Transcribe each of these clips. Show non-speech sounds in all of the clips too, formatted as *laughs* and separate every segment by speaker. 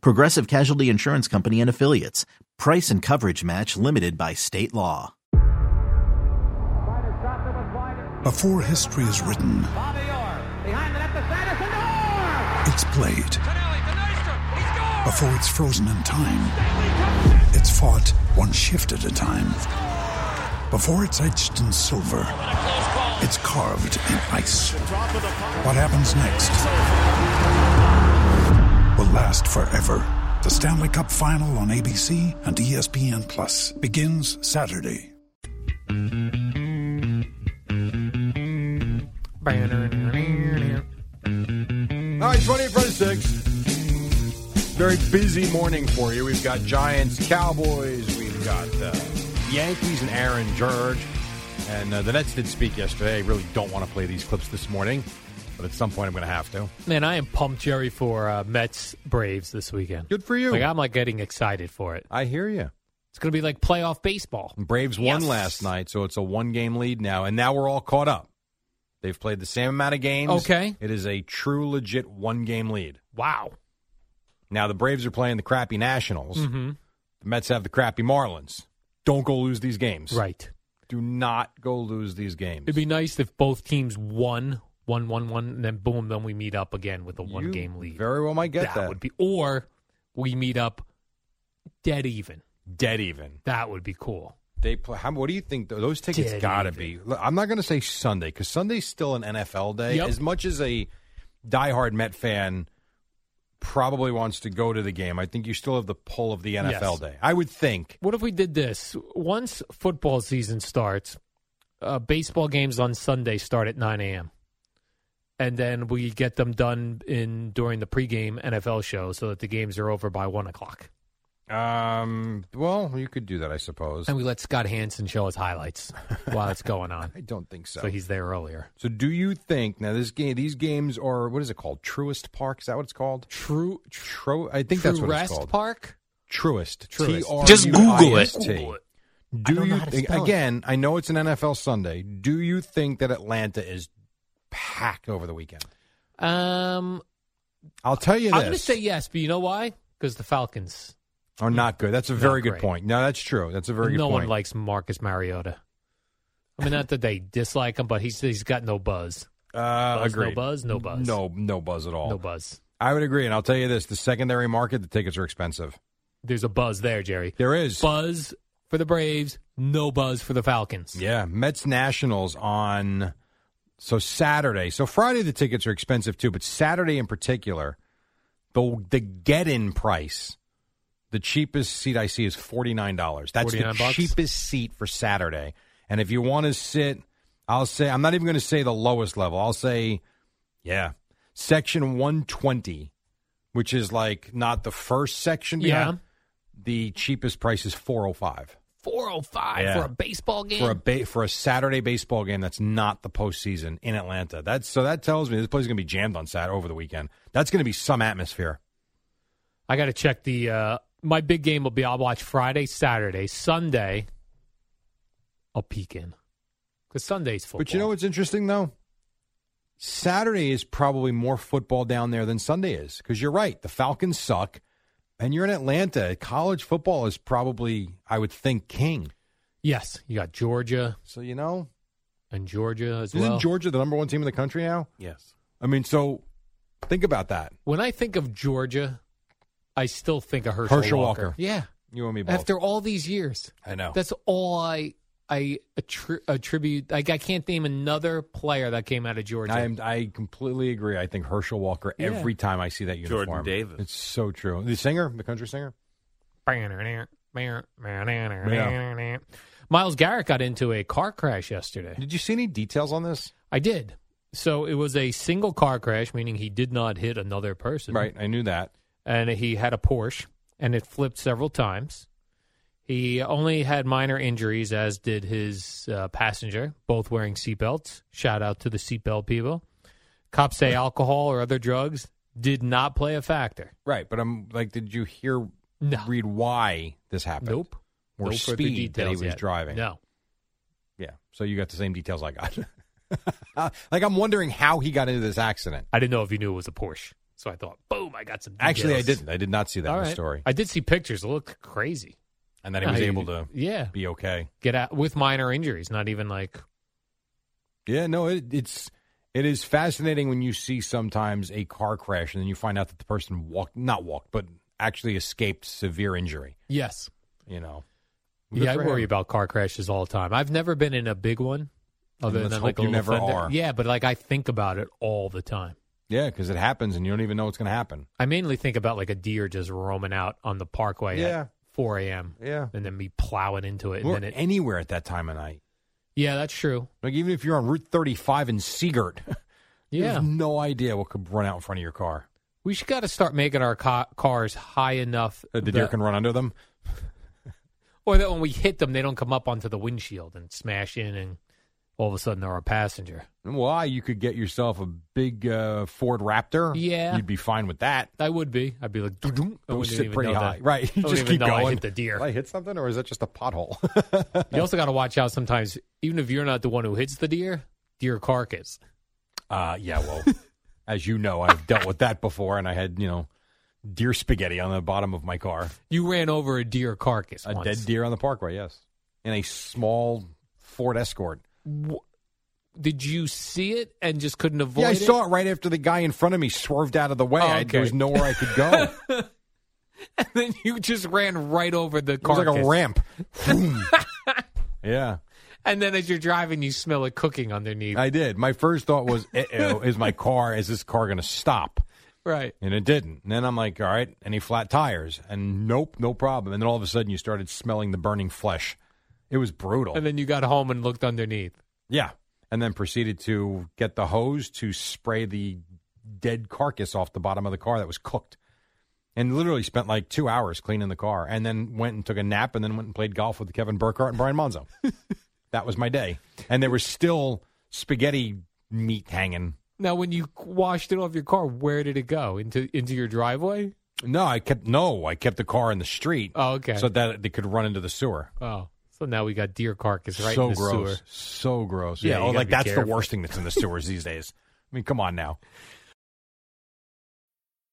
Speaker 1: Progressive Casualty Insurance Company and Affiliates. Price and coverage match limited by state law.
Speaker 2: Before history is written, it's played. Before it's frozen in time, it's fought one shift at a time. Before it's etched in silver, it's carved in ice. What happens next will last forever. The Stanley Cup Final on ABC and E ESPN Plus begins Saturday.
Speaker 3: All
Speaker 4: right, 20 in front of 6. Very busy morning for you. We've got Giants, Cowboys, we've got uh, Yankees and Aaron Judge. And uh, the Nets did speak yesterday. I really don't want to play these clips this morning, but at some point I'm going to have to.
Speaker 3: Man, I am pumped, Jerry, for uh, Mets Braves this weekend.
Speaker 4: Good for you.
Speaker 3: Like I'm like getting excited for it.
Speaker 4: I hear you.
Speaker 3: It's going to be like playoff baseball.
Speaker 4: Braves won
Speaker 3: Yes.
Speaker 4: last night, so it's a one game lead now, and now we're all caught up. They've played the same amount of games.
Speaker 3: Okay.
Speaker 4: It is a true, legit one game lead.
Speaker 3: Wow.
Speaker 4: Now the Braves are playing the crappy Nationals.
Speaker 3: hmm
Speaker 4: The Mets have the crappy Marlins. Don't go lose these games.
Speaker 3: Right.
Speaker 4: Do not go lose these games.
Speaker 3: It'd be nice if both teams won one, one, one, and then boom, then we meet up again with a
Speaker 4: You
Speaker 3: one-game lead.
Speaker 4: Very well might get that.
Speaker 3: would be, or we meet up dead even.
Speaker 4: dead even.
Speaker 3: That would be cool.
Speaker 4: They play. How, what do you think? tho- Those tickets
Speaker 3: Dead
Speaker 4: got to
Speaker 3: even.
Speaker 4: be. Look, I'm not going to say Sunday because Sunday's still an NFL day.
Speaker 3: Yep.
Speaker 4: As much as a diehard Met fan probably wants to go to the game, I think you still have the pull of the NFL
Speaker 3: Yes.
Speaker 4: day. I would think.
Speaker 3: What if we did this? Once football season starts, uh, baseball games on Sunday start at 9 a.m. And then we get them done in during the pregame NFL show so that the games are over by 1 o'clock.
Speaker 4: Um. Well, you could do that, I suppose.
Speaker 3: And we let Scott Hansen show his
Speaker 4: *laughs*
Speaker 3: highlights while it's going on.
Speaker 4: I don't think so.
Speaker 3: So he's there earlier.
Speaker 4: So do you think now this game these games are what is it called? Truest Park? Is that what it's called?
Speaker 3: True,
Speaker 4: Tro I think that's what it's called.
Speaker 3: Park?
Speaker 4: Truest.
Speaker 3: Truist.
Speaker 4: T-R-U-I-S-T.
Speaker 5: Just Google it.
Speaker 3: Google it.
Speaker 4: E Do
Speaker 3: I don't know
Speaker 4: you
Speaker 3: how to
Speaker 4: think
Speaker 3: spell it.
Speaker 4: again, I know it's an NFL Sunday. Do you think that Atlanta is packed over the weekend?
Speaker 3: Um,
Speaker 4: I'll tell you
Speaker 3: I'm
Speaker 4: this.
Speaker 3: going to say yes, but you know why? Because the Falcons.
Speaker 4: are not good. That's a very good
Speaker 3: great.
Speaker 4: point. No, that's true. That's a very good
Speaker 3: no
Speaker 4: point.
Speaker 3: one likes Marcus Mariota. I mean, not that they dislike him, but he's he's got no buzz.
Speaker 4: uh,
Speaker 3: Buzz, no
Speaker 4: agreed.
Speaker 3: buzz, no buzz.
Speaker 4: No, no buzz at all.
Speaker 3: No buzz.
Speaker 4: I would agree, and I'll tell you this: the secondary market, the tickets are expensive.
Speaker 3: There's a buzz there, Jerry.
Speaker 4: There is.
Speaker 3: Buzz for the Braves, no buzz for the Falcons.
Speaker 4: Yeah, Mets Nationals on so Saturday. So Friday the tickets are expensive too, but Saturday in particular, the the get in price, the cheapest seat I see is forty nine dollars. That's the
Speaker 3: $49 bucks?
Speaker 4: cheapest seat for Saturday. And if you want to sit, I'll say I'm not even going to say the lowest level. I'll say, yeah, section one twenty, which is like not the first section.
Speaker 3: Yeah.
Speaker 4: behind. the cheapest price is four oh five.
Speaker 3: 405
Speaker 4: Yeah.
Speaker 3: for a baseball game.
Speaker 4: For a ba- for a Saturday baseball game that's not the postseason in Atlanta. That's so that tells me this place is going to be jammed on Sat over the weekend. That's going to be some atmosphere.
Speaker 3: I got to check the uh my big game will be I'll watch Friday, Saturday, Sunday. I'll peek in. Cuz Sunday's football.
Speaker 4: But you know what's interesting though? Saturday is probably more football down there than Sunday is because you're right. The Falcons suck, and you're in Atlanta. College football is probably, I would think, king.
Speaker 3: Yes, you got Georgia
Speaker 4: So you know,
Speaker 3: and Georgia as
Speaker 4: isn't
Speaker 3: well.
Speaker 4: Georgia the number one team in the country now? Yes. I mean, so think about that.
Speaker 3: when I think of Georgia, I still think of Herschel,
Speaker 4: Herschel
Speaker 3: Walker.
Speaker 4: Walker.
Speaker 3: Yeah.
Speaker 4: You and me both.
Speaker 3: After all these years.
Speaker 4: I know.
Speaker 3: That's all I I attri- attribute. Like I can't name another player that came out of Georgia.
Speaker 4: I am. I completely agree. I think Herschel Walker.
Speaker 3: Yeah.
Speaker 4: Every time I see that uniform,
Speaker 5: Davis.
Speaker 4: It's so true. The singer, the country singer.
Speaker 3: *laughs* Miles Garrett got into a car crash yesterday.
Speaker 4: Did you see any details on this?
Speaker 3: I did. So it was a single car crash, meaning he did not hit another person.
Speaker 4: Right, I knew that.
Speaker 3: And he had a Porsche. and it flipped several times. He only had minor injuries, as did his uh, passenger, both wearing seatbelts. Shout out to the seatbelt people. Cops
Speaker 4: *laughs*
Speaker 3: say alcohol or other drugs did not play a factor.
Speaker 4: Right, but I'm like, did you hear,
Speaker 3: No.
Speaker 4: read why this happened?
Speaker 3: Nope.
Speaker 4: Or
Speaker 3: no further
Speaker 4: speed that he
Speaker 3: details
Speaker 4: was
Speaker 3: yet.
Speaker 4: driving.
Speaker 3: No.
Speaker 4: Yeah. So you got the same details I got. *laughs* like I'm wondering how he got into this accident.
Speaker 3: I didn't know if you knew it was a Porsche. So I thought, boom, I got some details.
Speaker 4: Actually, I didn't. I did not see that
Speaker 3: All
Speaker 4: in the
Speaker 3: right.
Speaker 4: story.
Speaker 3: I did see pictures. It looked crazy.
Speaker 4: and then he was
Speaker 3: I-
Speaker 4: able to
Speaker 3: Yeah.
Speaker 4: be okay.
Speaker 3: Get out with minor injuries, not even like
Speaker 4: Yeah. No, it, it's it is fascinating when you see sometimes a car crash and then you find out that the person walked, not walked, but actually escaped severe injury.
Speaker 3: Yes.
Speaker 4: You know. Good
Speaker 3: Yeah, I
Speaker 4: for
Speaker 3: worry
Speaker 4: him.
Speaker 3: about car crashes all the time. I've never been in a big one. Other
Speaker 4: let's
Speaker 3: than like
Speaker 4: hope
Speaker 3: a
Speaker 4: you
Speaker 3: little
Speaker 4: never
Speaker 3: fender.
Speaker 4: are.
Speaker 3: Yeah, but like I think about it all the time.
Speaker 4: Yeah, because it happens and you don't even know what's going to happen.
Speaker 3: I mainly think about like a deer just roaming out on the parkway
Speaker 4: Yeah.
Speaker 3: at 4 a.m.
Speaker 4: Yeah.
Speaker 3: and then me plowing into it.
Speaker 4: or
Speaker 3: and then it,
Speaker 4: anywhere at that time of night.
Speaker 3: yeah, that's true.
Speaker 4: Like even if you're on Route 35 in Seagirt, *laughs* you
Speaker 3: Yeah,
Speaker 4: have no idea what could run out in front of your car.
Speaker 3: we should got to start making our ca- cars high enough
Speaker 4: That the deer
Speaker 3: that-
Speaker 4: can run under them.
Speaker 3: or that when we hit them, they don't come up onto the windshield and smash in, and all of a sudden they're a passenger.
Speaker 4: Why you could get yourself a big uh, Ford Raptor?
Speaker 3: Yeah.
Speaker 4: you'd be fine with that.
Speaker 3: I would be. I'd be like, "Doo-doo." I
Speaker 4: Those
Speaker 3: wouldn't
Speaker 4: sit
Speaker 3: even
Speaker 4: pretty
Speaker 3: know
Speaker 4: high,
Speaker 3: that.
Speaker 4: right? *laughs* You
Speaker 3: I wouldn't
Speaker 4: just
Speaker 3: even
Speaker 4: keep
Speaker 3: know I
Speaker 4: going.
Speaker 3: hit the deer.
Speaker 4: Did I hit something, or is that just a pothole?
Speaker 3: You also got to watch out sometimes, even if you're not the one who hits the deer, deer carcass.
Speaker 4: uh, yeah. Well, *laughs* as you know, I've dealt with that before, and I had you know deer spaghetti on the bottom of my car.
Speaker 3: You ran over a deer carcass.
Speaker 4: A
Speaker 3: once.
Speaker 4: dead deer on the parkway. Yes, in a small Ford Escort.
Speaker 3: Did you see it and just couldn't avoid
Speaker 4: yeah, I
Speaker 3: it?
Speaker 4: saw it right after the guy in front of me swerved out of the way.
Speaker 3: Oh,
Speaker 4: I,
Speaker 3: okay.
Speaker 4: there was nowhere I could *laughs* go.
Speaker 3: *laughs* And then you just ran right over the
Speaker 4: It was
Speaker 3: carcass.
Speaker 4: like a ramp. Vroom. *laughs* yeah,
Speaker 3: And then as you're driving, you smell it cooking underneath.
Speaker 4: I did. My first thought was, "Uh-oh, is my car? Is this car going to stop?"
Speaker 3: right.
Speaker 4: And it didn't. And then I'm like, "All right, any flat tires?" And nope, no problem. And then all of a sudden, you started smelling the burning flesh. It was brutal.
Speaker 3: And then you got home and looked underneath.
Speaker 4: yeah, and then proceeded to get the hose to spray the dead carcass off the bottom of the car that was cooked. And literally spent like two hours cleaning the car, and then went and took a nap, and then went and played golf with Kevin Burkhardt and Brian
Speaker 3: *laughs*
Speaker 4: Monzo. that was my day, and there was still spaghetti meat hanging.
Speaker 3: Now, when you washed it off your car, where did it go? Into into your driveway?
Speaker 4: No, I kept no, I kept the car in the street.
Speaker 3: Oh, okay.
Speaker 4: So that they could run into the sewer.
Speaker 3: Oh, so now we got deer carcass right
Speaker 4: so
Speaker 3: in the
Speaker 4: gross.
Speaker 3: sewer.
Speaker 4: So gross.
Speaker 3: Yeah,
Speaker 4: Yeah,
Speaker 3: you
Speaker 4: oh,
Speaker 3: gotta
Speaker 4: like
Speaker 3: be
Speaker 4: that's the
Speaker 3: careful.
Speaker 4: worst thing that's in the sewers these days. I mean, come on now.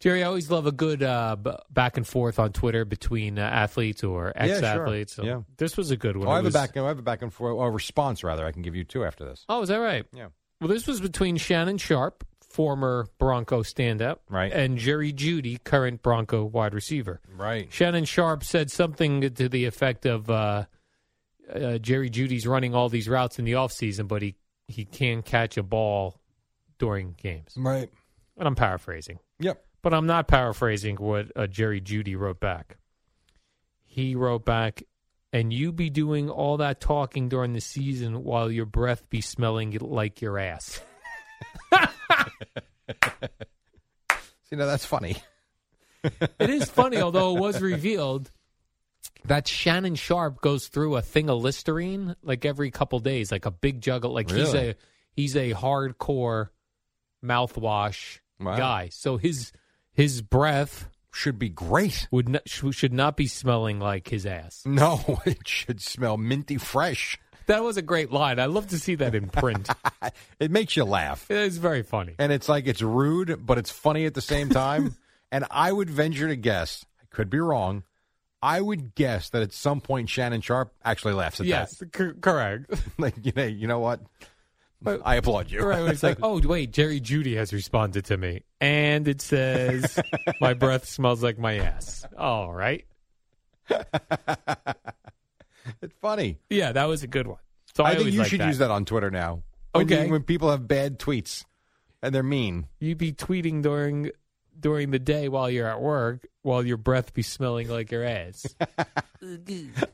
Speaker 3: Jerry, I always love a good uh, b- back and forth on Twitter between uh, athletes or
Speaker 4: sure.
Speaker 3: ex-athletes. So
Speaker 4: Yeah.
Speaker 3: This was a good one.
Speaker 4: Oh,
Speaker 3: It
Speaker 4: I have
Speaker 3: was-
Speaker 4: a back. I have a back and forth. A response rather. I can give you two after this.
Speaker 3: Oh, is that right?
Speaker 4: Yeah.
Speaker 3: Well, this was between Shannon Sharp, former Bronco standout,
Speaker 4: Right.
Speaker 3: and Jerry Judy, current Bronco wide receiver.
Speaker 4: Right.
Speaker 3: Shannon Sharp said something to the effect of uh, uh, Jerry Judy's running all these routes in the offseason, but he, he can catch a ball during games.
Speaker 4: Right.
Speaker 3: And I'm paraphrasing,
Speaker 4: Yep.
Speaker 3: but I'm not paraphrasing what uh, Jerry Judy wrote back. He wrote back, and you be doing all that talking during the season while your breath be smelling like your ass.
Speaker 4: *laughs* See, now that's funny.
Speaker 3: it is funny, although it was revealed that Shannon Sharp goes through a thing of Listerine like every couple days, like a big jug. of- Like he's
Speaker 4: Really?
Speaker 3: a he's a hardcore mouthwash
Speaker 4: Wow.
Speaker 3: guy, so his his breath
Speaker 4: Should be great.
Speaker 3: would not, sh- should not be smelling like his ass.
Speaker 4: No, *laughs* it should smell minty fresh.
Speaker 3: That was a great line. I love to see that in
Speaker 4: *laughs*
Speaker 3: print.
Speaker 4: It makes you laugh.
Speaker 3: it's very funny.
Speaker 4: and it's like it's rude, but it's funny at the same time. and I would venture to guess, I could be wrong. I would guess that at *laughs* some point Shannon Sharp actually laughs at
Speaker 3: Yes, c- correct. *laughs*
Speaker 4: that. Like you know, you know what?
Speaker 3: But-
Speaker 4: I applaud you.
Speaker 3: Right.
Speaker 4: *laughs*
Speaker 3: It's like, oh, wait, Jerry Judy has responded to me. And it
Speaker 4: *laughs*
Speaker 3: says, my breath smells like my ass. All right.
Speaker 4: it's funny.
Speaker 3: Yeah, that was a good one. So I,
Speaker 4: I, think
Speaker 3: always
Speaker 4: you
Speaker 3: like
Speaker 4: should
Speaker 3: that.
Speaker 4: use that on Twitter now. When you-
Speaker 3: Okay.
Speaker 4: when people have bad tweets and they're mean. *laughs*
Speaker 3: You'd be tweeting during during the day while you're at work while your breath be smelling like your ass.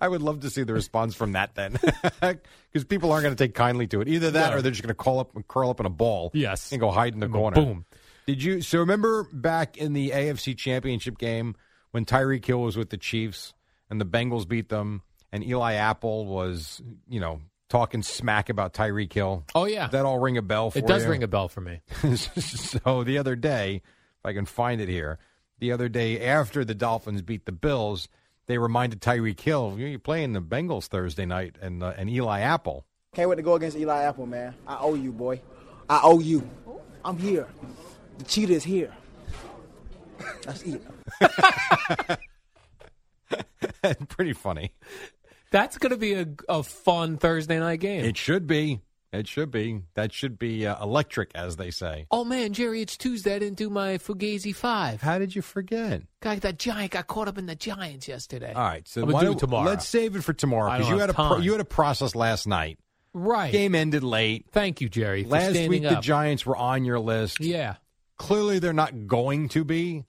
Speaker 4: I would love to see the response from that then, *laughs* because people aren't going to take kindly to it. Either that,
Speaker 3: No.
Speaker 4: or they're just going to call up, curl up in a ball,
Speaker 3: Yes.
Speaker 4: and go hide in *laughs* the corner.
Speaker 3: Boom.
Speaker 4: Did you? So remember back in the AFC Championship game when Tyreek Hill was with the Chiefs and the Bengals beat them, and Eli Apple was, you know, talking smack about Tyreek Hill.
Speaker 3: Oh yeah.
Speaker 4: Does that all ring a bell for
Speaker 3: It does
Speaker 4: you?
Speaker 3: ring a bell for me.
Speaker 4: *laughs* so the other day, if I can find it here, the other day after the Dolphins beat the Bills, they reminded Tyreek Hill, you're playing the Bengals Thursday night, and uh, and Eli Apple. *laughs*
Speaker 6: Can't wait to go against Eli Apple, man. I owe you, boy. I owe you. I'm here. The cheetah is here. That's it.
Speaker 4: Pretty funny.
Speaker 3: That's going to be a, a fun Thursday night game.
Speaker 4: It should be. It should be. That should be uh, electric, as they say.
Speaker 3: oh man, Jerry, it's Tuesday. I didn't do my Fugazi five.
Speaker 4: How did you forget?
Speaker 3: Guy, that giant got caught up in the Giants yesterday.
Speaker 4: All right, so
Speaker 3: I'm gonna
Speaker 4: why
Speaker 3: do
Speaker 4: don't-
Speaker 3: it tomorrow.
Speaker 4: Let's save it for tomorrow
Speaker 3: I
Speaker 4: because
Speaker 3: don't
Speaker 4: you
Speaker 3: have
Speaker 4: had a pro-
Speaker 3: time.
Speaker 4: you had a process last night.
Speaker 3: right.
Speaker 4: Game ended late.
Speaker 3: Thank you, Jerry. for
Speaker 4: Last
Speaker 3: standing
Speaker 4: week
Speaker 3: up.
Speaker 4: the Giants were on your list.
Speaker 3: Yeah,
Speaker 4: Clearly, they're not going to be.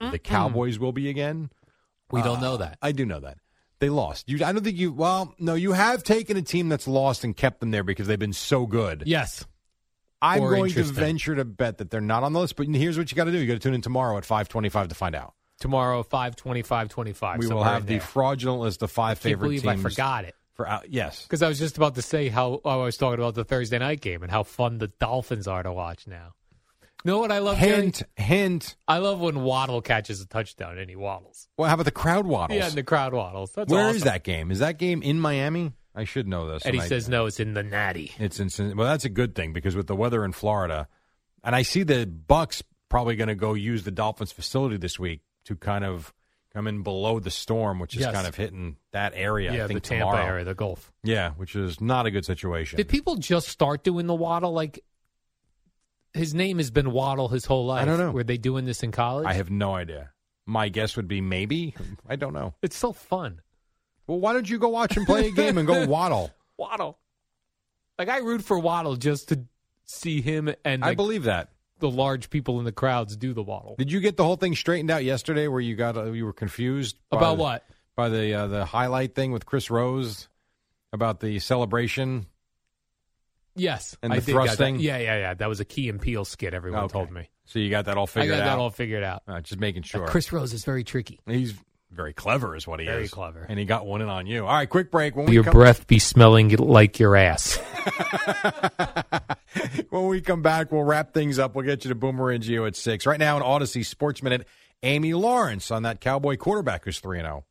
Speaker 4: The Cowboys will be again.
Speaker 3: we don't know that.
Speaker 4: I do know that. They lost. You, I don't think you. Well, no, you have taken a team that's lost and kept them there because they've been so good.
Speaker 3: Yes.
Speaker 4: I'm
Speaker 3: Or
Speaker 4: going to
Speaker 3: interesting.
Speaker 4: venture to bet that they're not on the list. But here's what you got to do: you got to tune in tomorrow at 5:25 to find out.
Speaker 3: Tomorrow, 5 25 25.
Speaker 4: we will
Speaker 3: somewhere in
Speaker 4: have the
Speaker 3: there.
Speaker 4: fraudulent list of five
Speaker 3: Can't
Speaker 4: favorite
Speaker 3: believe
Speaker 4: teams.
Speaker 3: I forgot it.
Speaker 4: For out, yes,
Speaker 3: Because I was just about to say how oh, I was talking about the Thursday night game and how fun the Dolphins are to watch now. You know what I love? Jerry?
Speaker 4: hint, hint.
Speaker 3: I love when Waddle catches a touchdown and he waddles.
Speaker 4: Well, how about the crowd waddles?
Speaker 3: Yeah, and the crowd waddles. That's
Speaker 4: Where
Speaker 3: awesome.
Speaker 4: is that game? Is that game in Miami? I should know this.
Speaker 3: Eddie
Speaker 4: and I-
Speaker 3: says no. It's in the Natty.
Speaker 4: It's insane. Well, that's a good thing because with the weather in Florida, and I see the Bucks probably going to go use the Dolphins facility this week to kind of come in below the storm, which is
Speaker 3: Yes.
Speaker 4: kind of hitting that area. I
Speaker 3: the
Speaker 4: think
Speaker 3: Tampa
Speaker 4: tomorrow.
Speaker 3: area, the Gulf.
Speaker 4: Yeah, which is not a good situation.
Speaker 3: Did people just start doing the waddle? Like his name has been Waddle his whole life.
Speaker 4: I don't know.
Speaker 3: Were they doing this in college?
Speaker 4: I have no idea. My guess would be maybe. *laughs* I don't know.
Speaker 3: It's so fun.
Speaker 4: Well, why don't you go watch him play a game and *laughs* go waddle?
Speaker 3: Waddle. Like I root for Waddle just to see him and
Speaker 4: I
Speaker 3: like,
Speaker 4: believe that.
Speaker 3: the large people in the crowds do the waddle.
Speaker 4: Did you get the whole thing straightened out yesterday? Where you got uh, you were confused by
Speaker 3: About
Speaker 4: the-
Speaker 3: what?
Speaker 4: by the uh, the highlight thing with Chris Rose about the celebration?
Speaker 3: Yes,
Speaker 4: And
Speaker 3: I
Speaker 4: the
Speaker 3: did got that.
Speaker 4: thrusting?
Speaker 3: Yeah, yeah, yeah. That was a key and peel skit. Everyone
Speaker 4: Okay.
Speaker 3: told me.
Speaker 4: So you got that all
Speaker 3: I
Speaker 4: figured
Speaker 3: got
Speaker 4: out.
Speaker 3: that all figured out.
Speaker 4: Uh, just making sure.
Speaker 3: Chris Rose is very tricky.
Speaker 4: He's very clever, is what he
Speaker 3: Very
Speaker 4: is.
Speaker 3: clever.
Speaker 4: And he got one in on you. All right, quick break. When
Speaker 3: Your
Speaker 4: we come,
Speaker 3: breath be smelling like your ass.
Speaker 4: *laughs* when we come back, we'll wrap things up. We'll get you to Boomerang Geo at six. Right now, in Odyssey Sports Minute, Amy Lawrence on that Cowboy quarterback who's three and oh. zero.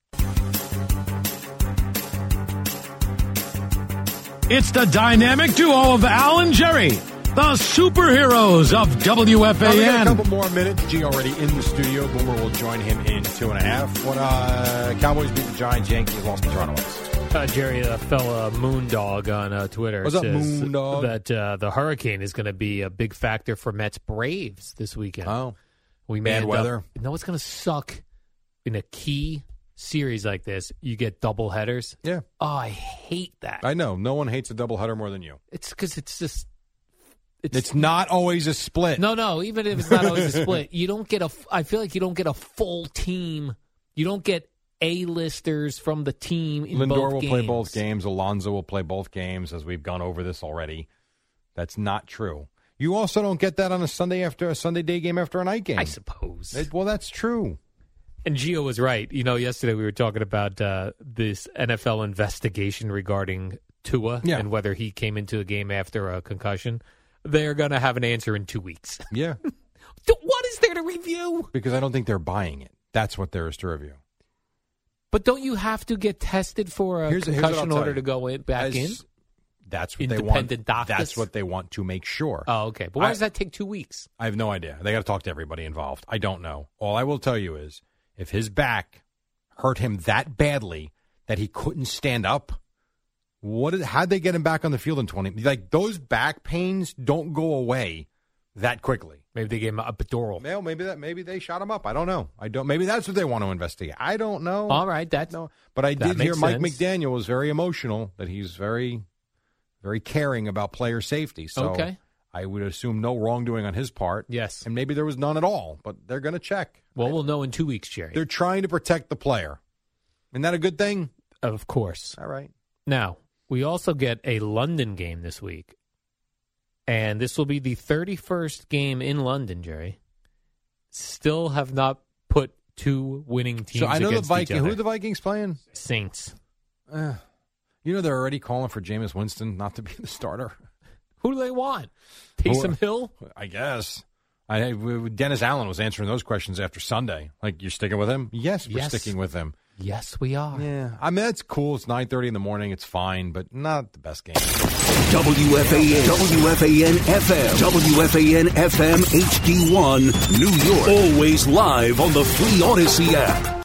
Speaker 7: It's the dynamic duo of Al and Jerry, the superheroes of
Speaker 4: Well, we got a
Speaker 7: WFAN.
Speaker 4: couple more minutes. G already in the studio. Boomer will join him in two and a half. What uh, Cowboys beat the Giants. Yankees lost to Toronto.
Speaker 3: Uh, Jerry, the fella Moondog on uh, Twitter
Speaker 4: What's up,
Speaker 3: says
Speaker 4: Moondog?
Speaker 3: that uh, the hurricane is going to be a big factor for Mets Braves this weekend.
Speaker 4: Oh,
Speaker 3: we
Speaker 4: bad
Speaker 3: end
Speaker 4: weather.
Speaker 3: Up, no, it's going to suck in a key series like this. You get double headers.
Speaker 4: yeah.
Speaker 3: Oh, I hate that.
Speaker 4: I know. No one hates a doubleheader more than you.
Speaker 3: it's because it's just it's,
Speaker 4: It's not always a
Speaker 3: *laughs*
Speaker 4: split.
Speaker 3: no, no. Even if it's not always a split, you don't get a. f- I feel like you don't get a full team. You don't get a listers from the team. In
Speaker 4: Lindor
Speaker 3: both
Speaker 4: will
Speaker 3: games.
Speaker 4: play both games. Alonzo will play both games, as we've gone over this already. That's not true. You also don't get that on a Sunday after a Sunday day game after a night game.
Speaker 3: I suppose.
Speaker 4: It- well, that's true.
Speaker 3: And Gio was right. You know, yesterday we were talking about uh, this NFL investigation regarding Tua
Speaker 4: Yeah.
Speaker 3: and whether he came into a game after a concussion. They're going to have an answer in two weeks. *laughs*
Speaker 4: Yeah,
Speaker 3: Th- what is there to review?
Speaker 4: because I don't think they're buying it. That's what there is to review.
Speaker 3: But don't you have to get tested for a
Speaker 4: Here's- here's what I'll
Speaker 3: concussion
Speaker 4: tell
Speaker 3: order
Speaker 4: you.
Speaker 3: to go in, back
Speaker 4: As-
Speaker 3: in?
Speaker 4: That's what they want.
Speaker 3: Independent doctors?
Speaker 4: That's what they want to make sure.
Speaker 3: Oh, okay. But why
Speaker 4: I-
Speaker 3: does that take two weeks?
Speaker 4: I have no idea. They got to talk to everybody involved. I don't know. All I will tell you is if his back hurt him that badly that he couldn't stand up, What? Did, how'd they get him back on the field in twenty? Like those back pains don't go away that quickly.
Speaker 3: Maybe they gave him a Bedoral.
Speaker 4: Well, maybe that maybe they shot him up. I don't know. I don't. Maybe that's what they want to investigate. I don't know.
Speaker 3: All right, that's
Speaker 4: No, but I
Speaker 3: That
Speaker 4: did hear
Speaker 3: makes
Speaker 4: Mike
Speaker 3: sense.
Speaker 4: McDaniel was very emotional. That he's very, very caring about player safety. So
Speaker 3: Okay.
Speaker 4: I would assume no wrongdoing on his part.
Speaker 3: Yes.
Speaker 4: and maybe there was none at all. But they're going to check.
Speaker 3: Well, we'll know in two weeks, Jerry.
Speaker 4: They're trying to protect the player. Isn't that a good thing?
Speaker 3: of course.
Speaker 4: All right.
Speaker 3: Now, we also get a London game this week. And this will be the 31st game in London, Jerry. Still have not put two winning teams
Speaker 4: So I know the
Speaker 3: against each
Speaker 4: Vikings. Who
Speaker 3: other.
Speaker 4: are the Vikings playing?
Speaker 3: Saints.
Speaker 4: Uh, you know they're already calling for Jameis Winston not to be the starter. *laughs*
Speaker 3: Who do they want?
Speaker 4: Who-
Speaker 3: Taysom Hill?
Speaker 4: I guess. I we- Dennis Allen was answering those questions after Sunday. Like you're sticking with him? Yes, we're
Speaker 3: Yes.
Speaker 4: sticking with him.
Speaker 3: Yes, we are.
Speaker 4: Yeah, I mean that's cool. It's nine thirty in the morning. It's fine, but not the best game.
Speaker 8: WFAN, WFAN FM, WFAN FM HD1, New York. Always live on the Free Odyssey app.